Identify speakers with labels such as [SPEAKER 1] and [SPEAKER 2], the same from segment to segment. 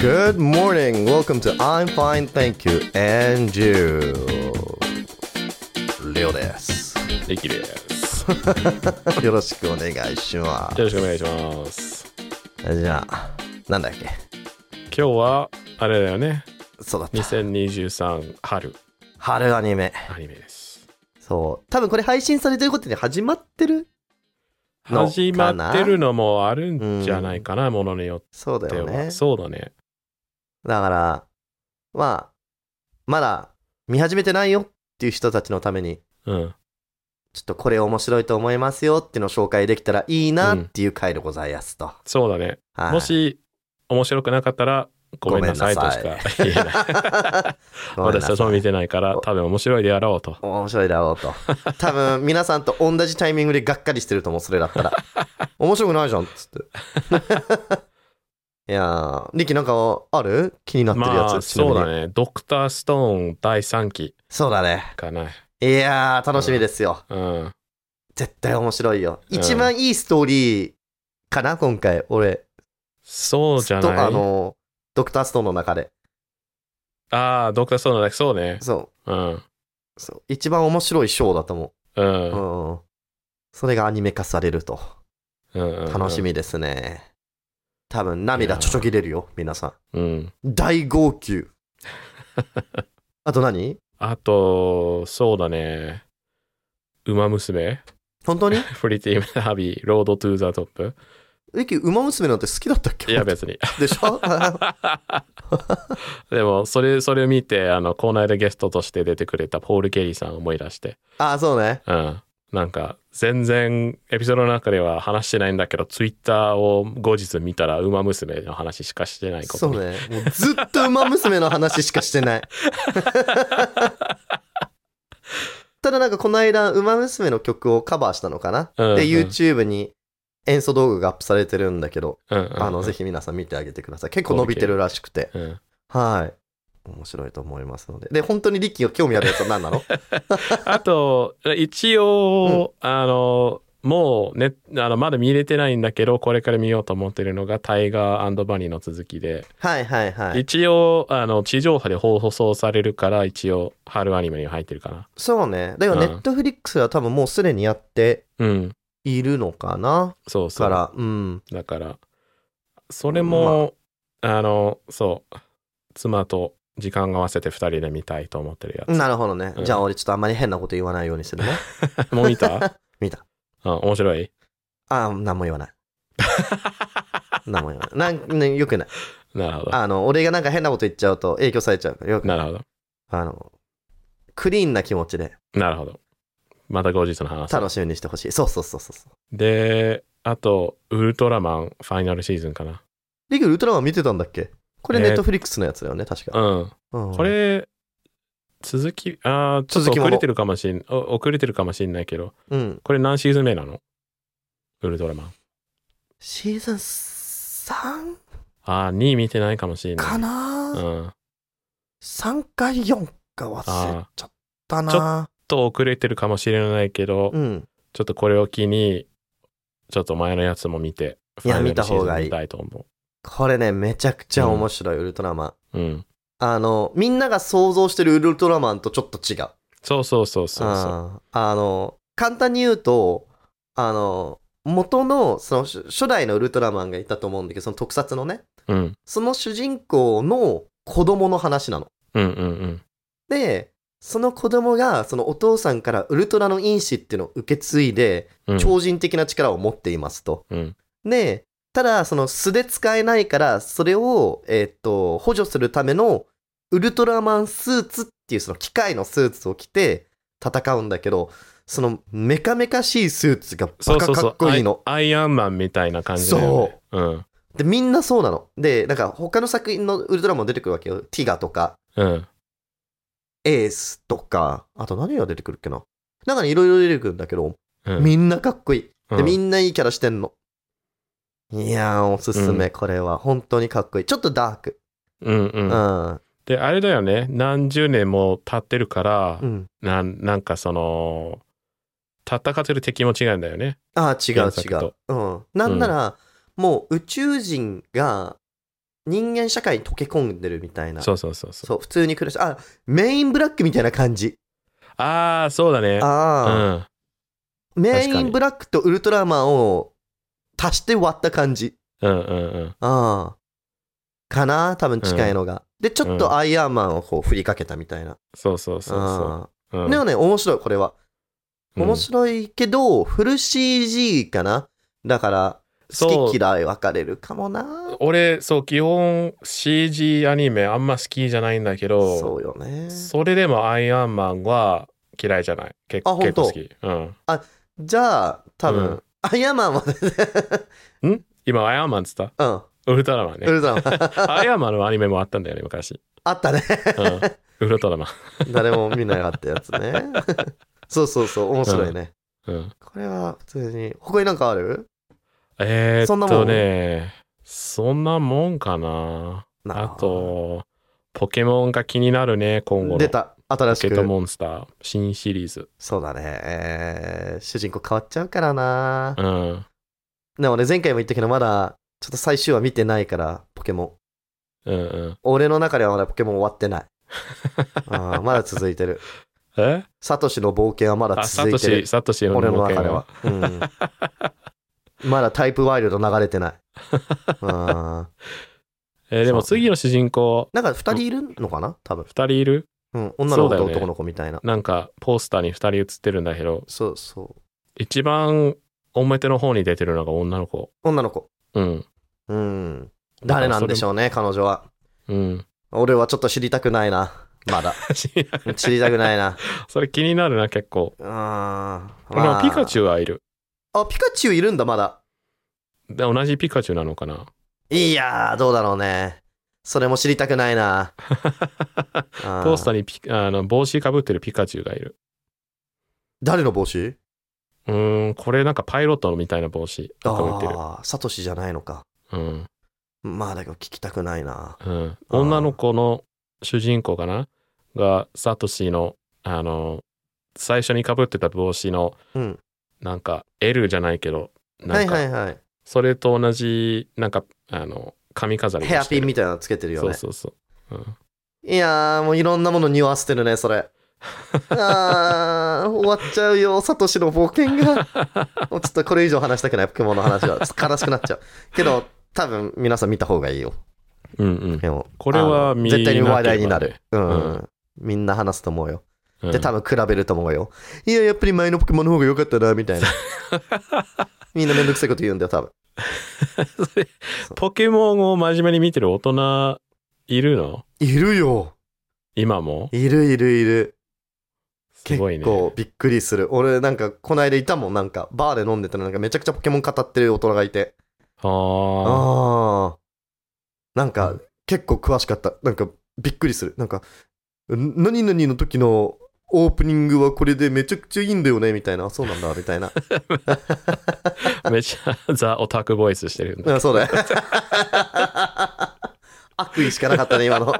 [SPEAKER 1] Good morning. Welcome to I'm fine, thank you and you. りょうです。
[SPEAKER 2] リキです。よ
[SPEAKER 1] よろしくお願いします。
[SPEAKER 2] ろしくお願いします。
[SPEAKER 1] じゃあ、なんだっけ
[SPEAKER 2] 今日は、あれだよね。
[SPEAKER 1] そうだった。
[SPEAKER 2] 2023春
[SPEAKER 1] 春アニメ。
[SPEAKER 2] アニメです。
[SPEAKER 1] そう。多分これ配信されてることで始まってるの
[SPEAKER 2] 始まってるのもあるんじゃないかな、ものによ
[SPEAKER 1] そうだ
[SPEAKER 2] って
[SPEAKER 1] よ
[SPEAKER 2] は。
[SPEAKER 1] ね。
[SPEAKER 2] そうだね。
[SPEAKER 1] だから、まあ、まだ見始めてないよっていう人たちのために、
[SPEAKER 2] うん。
[SPEAKER 1] ちょっとこれ面白いと思いますよっていうのを紹介できたらいいなっていう回でございますと。
[SPEAKER 2] そうだね。
[SPEAKER 1] はい
[SPEAKER 2] もし、面白くなかったら、ごめんなさい
[SPEAKER 1] ご
[SPEAKER 2] と
[SPEAKER 1] めんな
[SPEAKER 2] し
[SPEAKER 1] さい
[SPEAKER 2] か言えない。
[SPEAKER 1] ごめんな
[SPEAKER 2] 私
[SPEAKER 1] さ
[SPEAKER 2] た
[SPEAKER 1] い
[SPEAKER 2] ちも見てないから、多分面白いであろうと。
[SPEAKER 1] 面白いだろうと。 多分皆さんと同じタイミングでがっかりしてると思う、それだった ら。面白くないじゃんっつ って。いやー、リキなんかある気になってるやつ。
[SPEAKER 2] まあ、
[SPEAKER 1] ちなみ
[SPEAKER 2] そ
[SPEAKER 1] に
[SPEAKER 2] うだ。ね。ドクターストーン第3期
[SPEAKER 1] そうだね。
[SPEAKER 2] かな。
[SPEAKER 1] いやー、楽しみですよ。
[SPEAKER 2] うん。
[SPEAKER 1] 絶対面白いよ。
[SPEAKER 2] うん
[SPEAKER 1] 一番いいストーリーかな、今回。俺。
[SPEAKER 2] そうじゃない
[SPEAKER 1] とあの、ドクターストーンの中で。
[SPEAKER 2] ああ、ドクターストーンだ。そうね。
[SPEAKER 1] そ
[SPEAKER 2] うん。
[SPEAKER 1] う。そう一番面白いショーだと思
[SPEAKER 2] う
[SPEAKER 1] う。
[SPEAKER 2] ん。
[SPEAKER 1] うん。それがアニメ化されると。楽
[SPEAKER 2] 楽
[SPEAKER 1] しみですね。多分涙ちょちょぎれるよ、皆さん。
[SPEAKER 2] うん。
[SPEAKER 1] 大号 泣。あと何
[SPEAKER 2] あと、そうだね。ウマ娘、
[SPEAKER 1] 本当に
[SPEAKER 2] プリティーハビー、ロードトゥーザトッ プ。
[SPEAKER 1] リキ、ウマ娘なんて好きだったっけ
[SPEAKER 2] いや、別に。
[SPEAKER 1] でしょ
[SPEAKER 2] でも、それ、それを見て、あの、この間ゲストとして出てくれたポール・ケリーさんを思い出して。
[SPEAKER 1] あ、そうね。
[SPEAKER 2] うん。なんか、全然、エピソードの中では話してないんだけど、ツイッターを後日見たら、ウマ娘の話しかしてないこ
[SPEAKER 1] そ
[SPEAKER 2] とに
[SPEAKER 1] うね。もうずっとウマ娘の話しかして ない。ただなんかこの間、ウマ娘の曲をカバーしたのかな、
[SPEAKER 2] うんうん
[SPEAKER 1] で、YouTube に演奏動画がアップされてるんだけど、
[SPEAKER 2] うんうんうん、
[SPEAKER 1] あの、ぜひ皆さん見てあげてください。結構伸びてるらしくて。
[SPEAKER 2] うん。
[SPEAKER 1] はい。面白いと思いますので。で、本当にリッキーが興味あるやつは何な の
[SPEAKER 2] あと、一応、あの、もうね、あの、まだ見れてないんだけど、これから見ようと思ってるのが、タイガーバニーの続きで、
[SPEAKER 1] はいはいはい。
[SPEAKER 2] 一応、あの、地上波で放送されるから、一応、春アニメには入ってるかな。
[SPEAKER 1] そうね。だよ、
[SPEAKER 2] うん
[SPEAKER 1] ネットフリックスは多分もうすでにやって
[SPEAKER 2] うん。
[SPEAKER 1] いるのかな
[SPEAKER 2] そうそう。
[SPEAKER 1] から、うん。
[SPEAKER 2] だから、それも、あの、そう、妻と時間を合わせて二人で見たいと思ってるや
[SPEAKER 1] なるほどね。
[SPEAKER 2] うん
[SPEAKER 1] じゃあ俺ちょっとあんまり変なこと言わないようにするね。
[SPEAKER 2] つ。 もう見た
[SPEAKER 1] 見た。
[SPEAKER 2] うん、面白い
[SPEAKER 1] ああ、何も言わない。何も言わない。なん、ね、よくない。
[SPEAKER 2] なるほど。
[SPEAKER 1] あの、俺がなんか変なこと言っちゃうと影響されちゃうから、よくない。
[SPEAKER 2] なるほど。
[SPEAKER 1] あの、クリーンな気持ちで
[SPEAKER 2] なるほど。また後日の話。
[SPEAKER 1] 楽しみにしてほしい。そうそうそうそうそう。
[SPEAKER 2] で、あと、ウルトラマンファイナルシーズンかな。
[SPEAKER 1] リッキーウルトラマン見てたんだっけこれ
[SPEAKER 2] えー
[SPEAKER 1] ネットフリックスのやつだよね、確か。
[SPEAKER 2] うん。
[SPEAKER 1] うん
[SPEAKER 2] これ、続き、あーちょっと
[SPEAKER 1] 続きもの
[SPEAKER 2] 遅れてるかもしん、お遅れてるかもしんないけど、
[SPEAKER 1] うん。
[SPEAKER 2] これ何シーズン目なのウルトラマン。
[SPEAKER 1] シーズン 3?
[SPEAKER 2] あー、2見てないかもしんな
[SPEAKER 1] か
[SPEAKER 2] い。
[SPEAKER 1] な、
[SPEAKER 2] うん。
[SPEAKER 1] ?3 か4か忘れちゃったな
[SPEAKER 2] と遅れてるかもしれないけど、
[SPEAKER 1] うん。
[SPEAKER 2] ちょっとこれを機に、ちょっと前のやつも見て、
[SPEAKER 1] いや
[SPEAKER 2] ファイナル
[SPEAKER 1] 見た方がいい
[SPEAKER 2] シーズン見たいと思
[SPEAKER 1] これね、めちゃくちゃ面白い、ウルトラマン。
[SPEAKER 2] う。うん。
[SPEAKER 1] あの、みんなが想像してるウルトラマンとちょっと違う。
[SPEAKER 2] そうそうそうそうそう。
[SPEAKER 1] ああの、簡単に言うと、あの、元の、その、初初代のウルトラマンがいたと思うんだけど、その特撮のね、
[SPEAKER 2] うん。
[SPEAKER 1] その主人公の子供の話なの。
[SPEAKER 2] うんうん
[SPEAKER 1] で、その子供が、そのお父さんからウルトラの因子っていうのを受け継いで、
[SPEAKER 2] うん。うん。
[SPEAKER 1] 超人的な力を持っていますと。
[SPEAKER 2] うん。
[SPEAKER 1] で、ただ、その素で使えないから、それを、えーっと、補助するためのウルトラマンスーツっていうその機械のスーツを着て戦うんだけど、そのメカメカしいスーツがバ
[SPEAKER 2] そうそ
[SPEAKER 1] カ
[SPEAKER 2] う
[SPEAKER 1] か
[SPEAKER 2] そ
[SPEAKER 1] っ
[SPEAKER 2] う。
[SPEAKER 1] こいいの。
[SPEAKER 2] アイアイアンマンみたいな感じだよね。うん。
[SPEAKER 1] で、みんなそうなの。で、なんか他の作品のウルトラマン出てくるわけよ。ティガとか、
[SPEAKER 2] うん。
[SPEAKER 1] エースとか、あと何が出てくるっけな。なんかね、いろいろ出てくるんだけど、
[SPEAKER 2] うん
[SPEAKER 1] みんなかっこいい。
[SPEAKER 2] う
[SPEAKER 1] で、
[SPEAKER 2] ん
[SPEAKER 1] みんないいキャラしてんの。いやー、おすすめ、
[SPEAKER 2] う
[SPEAKER 1] これは。本当にかっこいい。ちょっとダーク。
[SPEAKER 2] うんう。
[SPEAKER 1] うんん。
[SPEAKER 2] で、あれだよね。何十年も経ってるから
[SPEAKER 1] う、ん。
[SPEAKER 2] なんなんかその、戦ってる敵も違うんだよね。
[SPEAKER 1] ああ、違う
[SPEAKER 2] 原
[SPEAKER 1] 違
[SPEAKER 2] 作
[SPEAKER 1] う
[SPEAKER 2] と。
[SPEAKER 1] うん。なんなら、もう宇宙人が、人間社会に溶け込んでるみたいな。
[SPEAKER 2] そうそうそうそう。
[SPEAKER 1] そう普通に暮らし、あ、メインブラックみたいな感じ。
[SPEAKER 2] ああ、そうだね。う
[SPEAKER 1] ああ、
[SPEAKER 2] ん。
[SPEAKER 1] メ
[SPEAKER 2] 確か
[SPEAKER 1] イ
[SPEAKER 2] に
[SPEAKER 1] ンブラックとウルトラマンを足して割った感じ。
[SPEAKER 2] うんうんうん。
[SPEAKER 1] ああ。かな多分近いのが。で、ちょっ
[SPEAKER 2] うん
[SPEAKER 1] とアイアンマンをこう振りかけたみたいな。
[SPEAKER 2] そうそうそう
[SPEAKER 1] あ
[SPEAKER 2] そう。う
[SPEAKER 1] あ
[SPEAKER 2] ん
[SPEAKER 1] でもね、面白い、これは。
[SPEAKER 2] うん
[SPEAKER 1] 面白いけど、フル CG かなだから、
[SPEAKER 2] そう
[SPEAKER 1] 好き嫌い分かれるかもな。
[SPEAKER 2] 俺、そう、基本 CG アニメあんま好きじゃないんだけど、
[SPEAKER 1] そうよね。
[SPEAKER 2] それでもアイアンマンは嫌いじゃない。結
[SPEAKER 1] あ
[SPEAKER 2] 構
[SPEAKER 1] 本
[SPEAKER 2] 結
[SPEAKER 1] 当
[SPEAKER 2] 構好き。うん。
[SPEAKER 1] じゃあ、多
[SPEAKER 2] う
[SPEAKER 1] 分
[SPEAKER 2] ん、
[SPEAKER 1] アイアンマンは、
[SPEAKER 2] 今、アイアンマンっつった
[SPEAKER 1] うん、
[SPEAKER 2] ウルトラマン
[SPEAKER 1] ウ
[SPEAKER 2] ね。
[SPEAKER 1] ルトラマン。
[SPEAKER 2] アイアンマンのアニメもあったんだよね、昔。
[SPEAKER 1] あったね。
[SPEAKER 2] うん。ウルトラマン。
[SPEAKER 1] 誰も見なかったやつね。 そうそうそう、面白いね。
[SPEAKER 2] うん。
[SPEAKER 1] これは普通に。他になんかある
[SPEAKER 2] え
[SPEAKER 1] そん
[SPEAKER 2] ー、
[SPEAKER 1] な
[SPEAKER 2] っ
[SPEAKER 1] もん
[SPEAKER 2] とね、そんなもんかな。
[SPEAKER 1] な
[SPEAKER 2] あ、と、ポケモンが気になるね、今後の。
[SPEAKER 1] 出た。新
[SPEAKER 2] ポ
[SPEAKER 1] し
[SPEAKER 2] ケット
[SPEAKER 1] く。
[SPEAKER 2] モンスター、新シリーズ。
[SPEAKER 1] そうだね。えー主人公変わっちゃうからな
[SPEAKER 2] う。ん。
[SPEAKER 1] でもね、前回も言ったけど、まだ、ちょっと最終話見てないから、ポケモン。
[SPEAKER 2] うんうん。
[SPEAKER 1] 俺の中ではまだポケモン終わって ない。あーまだ続いてる。
[SPEAKER 2] え
[SPEAKER 1] サトシの冒険はまだ
[SPEAKER 2] あ、サ
[SPEAKER 1] 続
[SPEAKER 2] ト
[SPEAKER 1] いて
[SPEAKER 2] シ、
[SPEAKER 1] る。
[SPEAKER 2] サトシの
[SPEAKER 1] 俺の
[SPEAKER 2] 冒
[SPEAKER 1] 中
[SPEAKER 2] 険
[SPEAKER 1] では。。うんまだタイプワイルド流れてない。うん
[SPEAKER 2] えーでも
[SPEAKER 1] そう
[SPEAKER 2] 次の主人公、
[SPEAKER 1] なんか2人いるのかな多分。
[SPEAKER 2] 2人いる
[SPEAKER 1] うん、女の
[SPEAKER 2] そう
[SPEAKER 1] 子
[SPEAKER 2] だ
[SPEAKER 1] と
[SPEAKER 2] よね
[SPEAKER 1] 男の子みたいな。
[SPEAKER 2] なんか、ポスターに2人映ってるんだけど、
[SPEAKER 1] そうそう。
[SPEAKER 2] 一番表の方に出てるのが女の子。
[SPEAKER 1] 女の子。
[SPEAKER 2] うん。
[SPEAKER 1] うん。誰なんでしょうね、彼女は。
[SPEAKER 2] うん。
[SPEAKER 1] 俺はちょっと知りたくないな。まだ。知りたくないな。
[SPEAKER 2] それ気になるな、結構。
[SPEAKER 1] うん。ま
[SPEAKER 2] でもピカチ
[SPEAKER 1] ュ
[SPEAKER 2] ュウはいる。
[SPEAKER 1] ウ。あ、ピカチュウいるんだ、まだ。
[SPEAKER 2] で同じピカチュウなのかな。
[SPEAKER 1] いやー、どうだろうね。それも知りたくない な。
[SPEAKER 2] ポスタ
[SPEAKER 1] ー
[SPEAKER 2] ーにピあの帽子かぶってるピカチュウがいる。
[SPEAKER 1] 誰の帽子
[SPEAKER 2] うーん、これなんかパイロットみたいな帽子かぶってる。
[SPEAKER 1] ああ、サトシじゃないのか。
[SPEAKER 2] うん。
[SPEAKER 1] まあ、だけど聞きたくないな。
[SPEAKER 2] うん、女の子の主人公かながサトシのあの最初にかぶってた帽子の
[SPEAKER 1] うん。
[SPEAKER 2] なんか L じゃないけど
[SPEAKER 1] は
[SPEAKER 2] なん
[SPEAKER 1] いは
[SPEAKER 2] か
[SPEAKER 1] いはい。
[SPEAKER 2] それと同じなんかあの髪飾りをして
[SPEAKER 1] ヘ
[SPEAKER 2] る
[SPEAKER 1] アピンみたいなのつけてるよね。
[SPEAKER 2] そうそうそう、うん
[SPEAKER 1] いやー、もういろんなもの匂わせてるね、それ。あー、終わっちゃうよ、サトシの冒険 が。もうちょっとこれ以上話したくない、ポケモンの話は。ちょっと悲しくなっちゃう。けど、多分皆さん見た方がいいよ、
[SPEAKER 2] うんうん
[SPEAKER 1] ポケモン。
[SPEAKER 2] これは
[SPEAKER 1] あの
[SPEAKER 2] 見
[SPEAKER 1] 絶対に
[SPEAKER 2] なければ
[SPEAKER 1] 話題になる。うん。
[SPEAKER 2] う
[SPEAKER 1] みんな話すと思うよ。
[SPEAKER 2] うん
[SPEAKER 1] で、多分比べると思うよ。いや、やっぱり前のポケモンの方が良かったな、みた いな。みんなめんどくさいこと言うんだよ、多分。
[SPEAKER 2] それポケモンを真面目に見てる大人いるの
[SPEAKER 1] いるよ。
[SPEAKER 2] 今も
[SPEAKER 1] いるいるいる。
[SPEAKER 2] すごいね
[SPEAKER 1] 結構びっくりする俺なんかこないだいたもんなんかバーで飲んでたらなんかめちゃくちゃポケモン語ってる大人がいて
[SPEAKER 2] ああ
[SPEAKER 1] ああなん
[SPEAKER 2] う
[SPEAKER 1] か
[SPEAKER 2] ん
[SPEAKER 1] 結構詳しかったなんかびっくりするなんかん何々の時のオープニングはこれでめちゃくちゃいいんだよねみたいなあそうなんだみたいな
[SPEAKER 2] めっちゃ ザ・オタクボイスしてるんだ
[SPEAKER 1] うんそうだよ悪意しかなかったね今の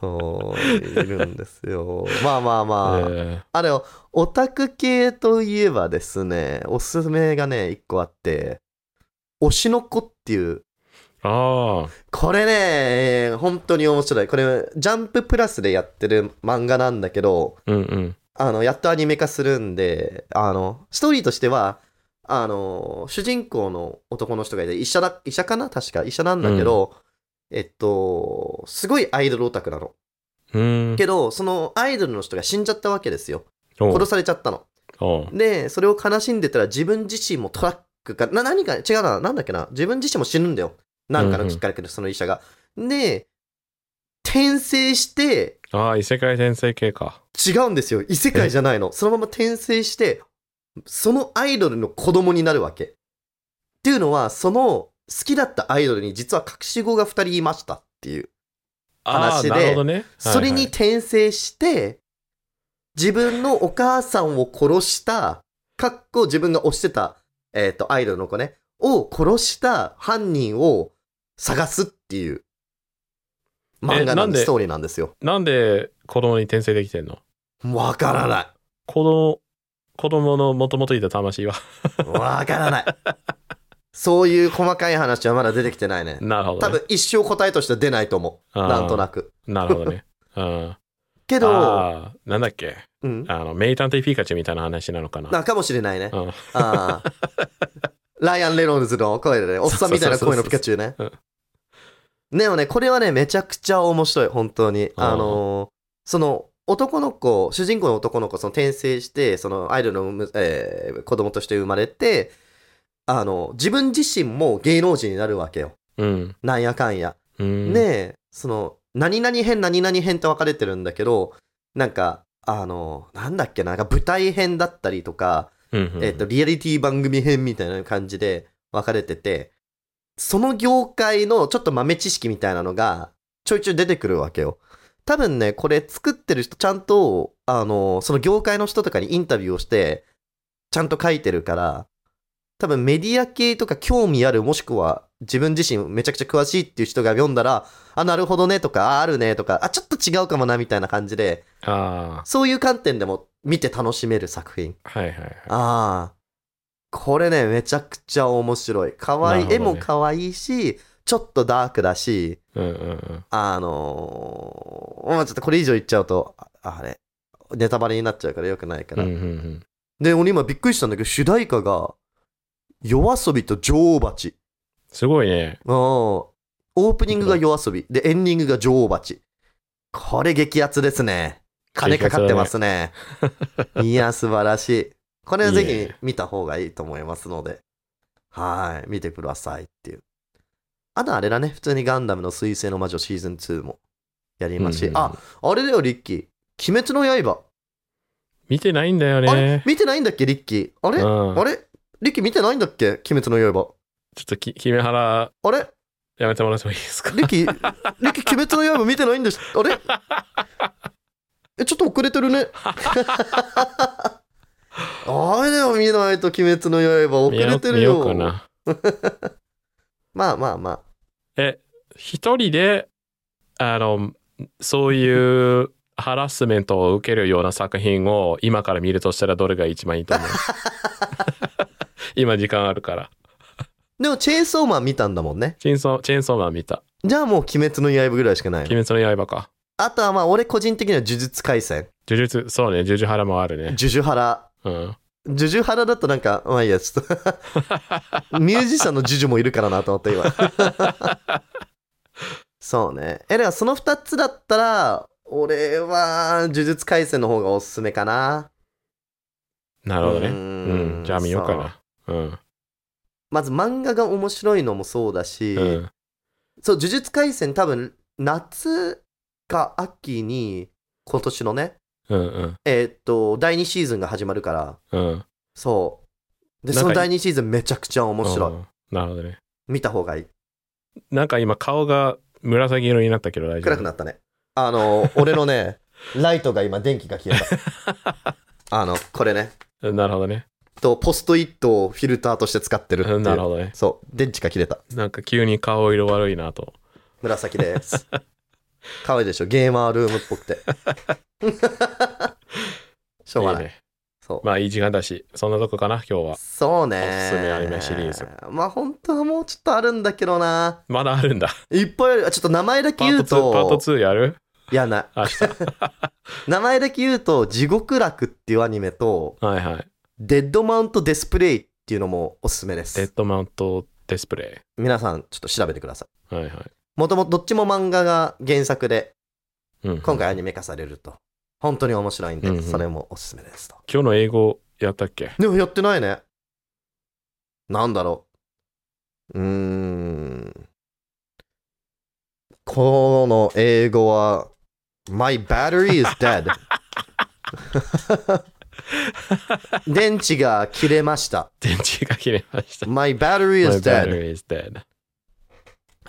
[SPEAKER 1] そういるんですよまあまあまあ、
[SPEAKER 2] え
[SPEAKER 1] あれよ、オタク系といえばですね、おすすめがね、一個あって、推しの子っていう、
[SPEAKER 2] ーああ
[SPEAKER 1] これね、本当に面白い。これ、ジャンププラスでやってる漫画なんだけど、
[SPEAKER 2] うんうん
[SPEAKER 1] あの、やっとアニメ化するんで、あの、ストーリーとしては、あの、主人公の男の人がいて、医者だ、医者かな確か、医者なんだけど、えっと、すごいアイドルオタクなの。
[SPEAKER 2] うん
[SPEAKER 1] けど、そのアイドルの人が死んじゃったわけですよ。
[SPEAKER 2] おう
[SPEAKER 1] 殺されちゃったの。
[SPEAKER 2] おう
[SPEAKER 1] で、それを悲しんでたら自分自身もトラックか、な、何か、違うな、なんだっけな、自分自身も死ぬんだよ。なんかのきっかけで、その医者が。で、転生して、
[SPEAKER 2] ああ、異世界転生系か。
[SPEAKER 1] 違うんですよ。異世界じゃないの。そのまま転生して、そのアイドルの子供になるわけ。っていうのは、その好きだったアイドルに実は隠し子が2人いましたっていう。
[SPEAKER 2] ああ
[SPEAKER 1] 話で
[SPEAKER 2] なるほどね。
[SPEAKER 1] それに
[SPEAKER 2] はい
[SPEAKER 1] 転生して、自分のお母さんを殺した、かっこ自分が推してた、えっ、と、アイドルの子ね、を殺した犯人を探すっていう漫画
[SPEAKER 2] え
[SPEAKER 1] な
[SPEAKER 2] なんん
[SPEAKER 1] で、
[SPEAKER 2] で
[SPEAKER 1] ストーリーなんですよ。
[SPEAKER 2] はいなんで子供に転生できてんの
[SPEAKER 1] わからな
[SPEAKER 2] 子供、子供のもともといた魂は。
[SPEAKER 1] い。わからない。そういう細かい話はまだ出てきてないね。
[SPEAKER 2] なるほど、
[SPEAKER 1] 多
[SPEAKER 2] ね。
[SPEAKER 1] 分一生答えとしては出ないと思う。
[SPEAKER 2] あー
[SPEAKER 1] なんとなく。
[SPEAKER 2] なるほどね。うん。
[SPEAKER 1] けど、
[SPEAKER 2] ああ、なんだっけ。
[SPEAKER 1] うん。
[SPEAKER 2] あの、名探偵ピカチュウみたいな話なのかな。
[SPEAKER 1] なかもしれないね。
[SPEAKER 2] うん
[SPEAKER 1] ああ。 ライアン・レノルズの声でね、おっさんみたいな声のピカチュウね
[SPEAKER 2] そうそう。
[SPEAKER 1] でもね、これはね、めちゃくちゃ面白い、本当に。
[SPEAKER 2] あー
[SPEAKER 1] あのーその、男の子、主人公の男の子、その転生して、そのアイドルのむ、えー子供として生まれて、あの、自分自身も芸能人になるわけよ。
[SPEAKER 2] うん。
[SPEAKER 1] なんやかんや。
[SPEAKER 2] うん。
[SPEAKER 1] ねえ、その、何々編、何々編って分かれてるんだけど、なんか、あの、なんだっけな、なんか舞台編だったりとか、
[SPEAKER 2] うんうん
[SPEAKER 1] えっと、リアリティ番組編みたいな感じで分かれてて、その業界のちょっと豆知識みたいなのがちょいちょい出てくるわけよ。多分ね、これ作ってる人ちゃんと、あの、その業界の人とかにインタビューをして、ちゃんと書いてるから、多分メディア系とか興味ある、もしくは自分自身めちゃくちゃ詳しいっていう人が読んだら、あ、なるほどねとか、あ、あるねとか、あ、ちょっと違うかもなみたいな感じで、
[SPEAKER 2] あ
[SPEAKER 1] そういう観点でも見て楽しめる作品。
[SPEAKER 2] あ、はいはいはい。
[SPEAKER 1] ああ。これね、めちゃくちゃ面白い。かわいい、
[SPEAKER 2] なる
[SPEAKER 1] 絵
[SPEAKER 2] ほどね
[SPEAKER 1] も可愛いし、ちょっとダークだし、
[SPEAKER 2] うんうんうん。
[SPEAKER 1] あのーまあちょっとこれ以上言っちゃうと、ああれ、ネタバレになっちゃうからよくないか
[SPEAKER 2] う
[SPEAKER 1] ら。
[SPEAKER 2] んうんうん。
[SPEAKER 1] で、俺今びっくりしたんだけど、主題歌が、夜遊びと女王蜂。
[SPEAKER 2] すごいね。
[SPEAKER 1] うんオープニングが夜遊び、で、エンディングが女王蜂。これ激アツですね。金かかってますね。いや、素晴らしい。これはぜ
[SPEAKER 2] い
[SPEAKER 1] ひ
[SPEAKER 2] え
[SPEAKER 1] 見た方がいいと思いますので。はい。見てくださいっていう。あとあれだね。普通にガンダムの水星の魔女シーズン2もやりますし。
[SPEAKER 2] うんうん
[SPEAKER 1] あ、あれだよ、リッキー。鬼滅の刃。
[SPEAKER 2] 見てないんだよ
[SPEAKER 1] あれ
[SPEAKER 2] ね。
[SPEAKER 1] 見てないんだっけ、リッキー。あれ
[SPEAKER 2] うん
[SPEAKER 1] あれリッキー見てないんだっけ鬼滅の刃。
[SPEAKER 2] ちょっとき、姫原、
[SPEAKER 1] あれ
[SPEAKER 2] やめてもらってもいいですか
[SPEAKER 1] リキ、リキ、鬼滅の刃見てないんです。あれえ、ちょっと遅れてる ね。あれを見ないと、鬼滅の刃遅
[SPEAKER 2] 見よ
[SPEAKER 1] れてる
[SPEAKER 2] 見よう
[SPEAKER 1] よ。
[SPEAKER 2] かな。
[SPEAKER 1] まあまあま
[SPEAKER 2] 一人で、あの、そういうハラスメントを受けるような作品を今から見るとしたらどれが一番いい と思う今時間あるから。
[SPEAKER 1] あ。でも、チェーンソーマン見たんだもんね。
[SPEAKER 2] チェーンソー、チェーンソーマン見た。
[SPEAKER 1] じゃあもう、鬼滅の刃ぐらいしかないの。
[SPEAKER 2] 鬼滅の刃か。
[SPEAKER 1] あとはまあ、俺個人的には呪術廻戦。
[SPEAKER 2] 呪術、そうね、呪術原もあるね。
[SPEAKER 1] ジュジュハラ。
[SPEAKER 2] うん。
[SPEAKER 1] ジュジュハラだとなんか、まあいいや、ちょっ と。ミュージシャンのジュジュもいるからなと思った、今。そうね。え、だからその2つだったら、俺は、呪術廻戦の方がおすすめかな。
[SPEAKER 2] なるほど
[SPEAKER 1] うー
[SPEAKER 2] ね。
[SPEAKER 1] ん
[SPEAKER 2] うん。じゃあ見ようか
[SPEAKER 1] そう
[SPEAKER 2] な。うん。
[SPEAKER 1] まず漫画が面白いのもそうだし、
[SPEAKER 2] うん。
[SPEAKER 1] そう、呪術廻戦多分、夏か秋に、今年のね、
[SPEAKER 2] うんうん。
[SPEAKER 1] えーっと、第2シーズンが始まるから、
[SPEAKER 2] うん。
[SPEAKER 1] そう。で、
[SPEAKER 2] なん
[SPEAKER 1] そ
[SPEAKER 2] か
[SPEAKER 1] の第2シーズンめちゃくちゃ面白い。
[SPEAKER 2] うん。なるほどね。
[SPEAKER 1] 見た方がいい。
[SPEAKER 2] なんか今顔が紫色になったけど大丈夫。
[SPEAKER 1] 暗くなったね。あの、俺の ね、ライトが今、電気が消えた。あの、これね。
[SPEAKER 2] なるほどね。
[SPEAKER 1] と、ポストイットをフィルターとして使ってるっていう。
[SPEAKER 2] なるほどね。
[SPEAKER 1] そう、電池が切れた。
[SPEAKER 2] なんか急に顔色悪いなと。
[SPEAKER 1] 紫 です。可愛いでしょゲーマールームっぽくて。しょうがない。
[SPEAKER 2] いね。
[SPEAKER 1] そう。
[SPEAKER 2] まあいい時間だし、そんなとこかな、今日は。
[SPEAKER 1] そうね。
[SPEAKER 2] おすすめアニメシリーズ。
[SPEAKER 1] まあ本当はもうちょっとあるんだけどな。
[SPEAKER 2] まだあるんだ。
[SPEAKER 1] いっぱいある。あちょっと名前だけ
[SPEAKER 2] パー
[SPEAKER 1] 言
[SPEAKER 2] ト
[SPEAKER 1] う
[SPEAKER 2] 2、パート
[SPEAKER 1] と。
[SPEAKER 2] 2やる
[SPEAKER 1] いや、ない。
[SPEAKER 2] 明日。
[SPEAKER 1] 名前だけ言うと、地獄楽っていうアニメと、
[SPEAKER 2] はいはい。
[SPEAKER 1] デッドマウントデスプレイっていうのもおすすめで
[SPEAKER 2] デッ
[SPEAKER 1] す。
[SPEAKER 2] ドマウントディスプレ
[SPEAKER 1] 皆さんちょっと調べてくださ
[SPEAKER 2] イ。はいはい。
[SPEAKER 1] い。もともとどっちも漫画が原作で、
[SPEAKER 2] うん、
[SPEAKER 1] 今回アニメ化されると。本当に面白いん
[SPEAKER 2] うんう
[SPEAKER 1] で、
[SPEAKER 2] ん
[SPEAKER 1] それもおすすめですと。
[SPEAKER 2] 今日の英語やったっけ
[SPEAKER 1] でもやってないね。なんだろう。うーん。この英語は、My battery is dead. 電池が切れました。
[SPEAKER 2] 電池が切れました。
[SPEAKER 1] My battery is
[SPEAKER 2] My
[SPEAKER 1] dead.
[SPEAKER 2] battery is dead.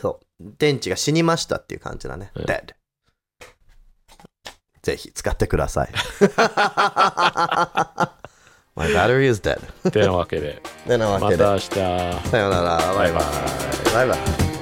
[SPEAKER 1] そう。電池が死にましたっていう感じだね。
[SPEAKER 2] うん
[SPEAKER 1] dead。ぜひ使ってください。My battery is dead.
[SPEAKER 2] てなわけで、
[SPEAKER 1] てなわ
[SPEAKER 2] ま
[SPEAKER 1] けで。
[SPEAKER 2] た明日。
[SPEAKER 1] さようなら。バイバイ。バイバイ。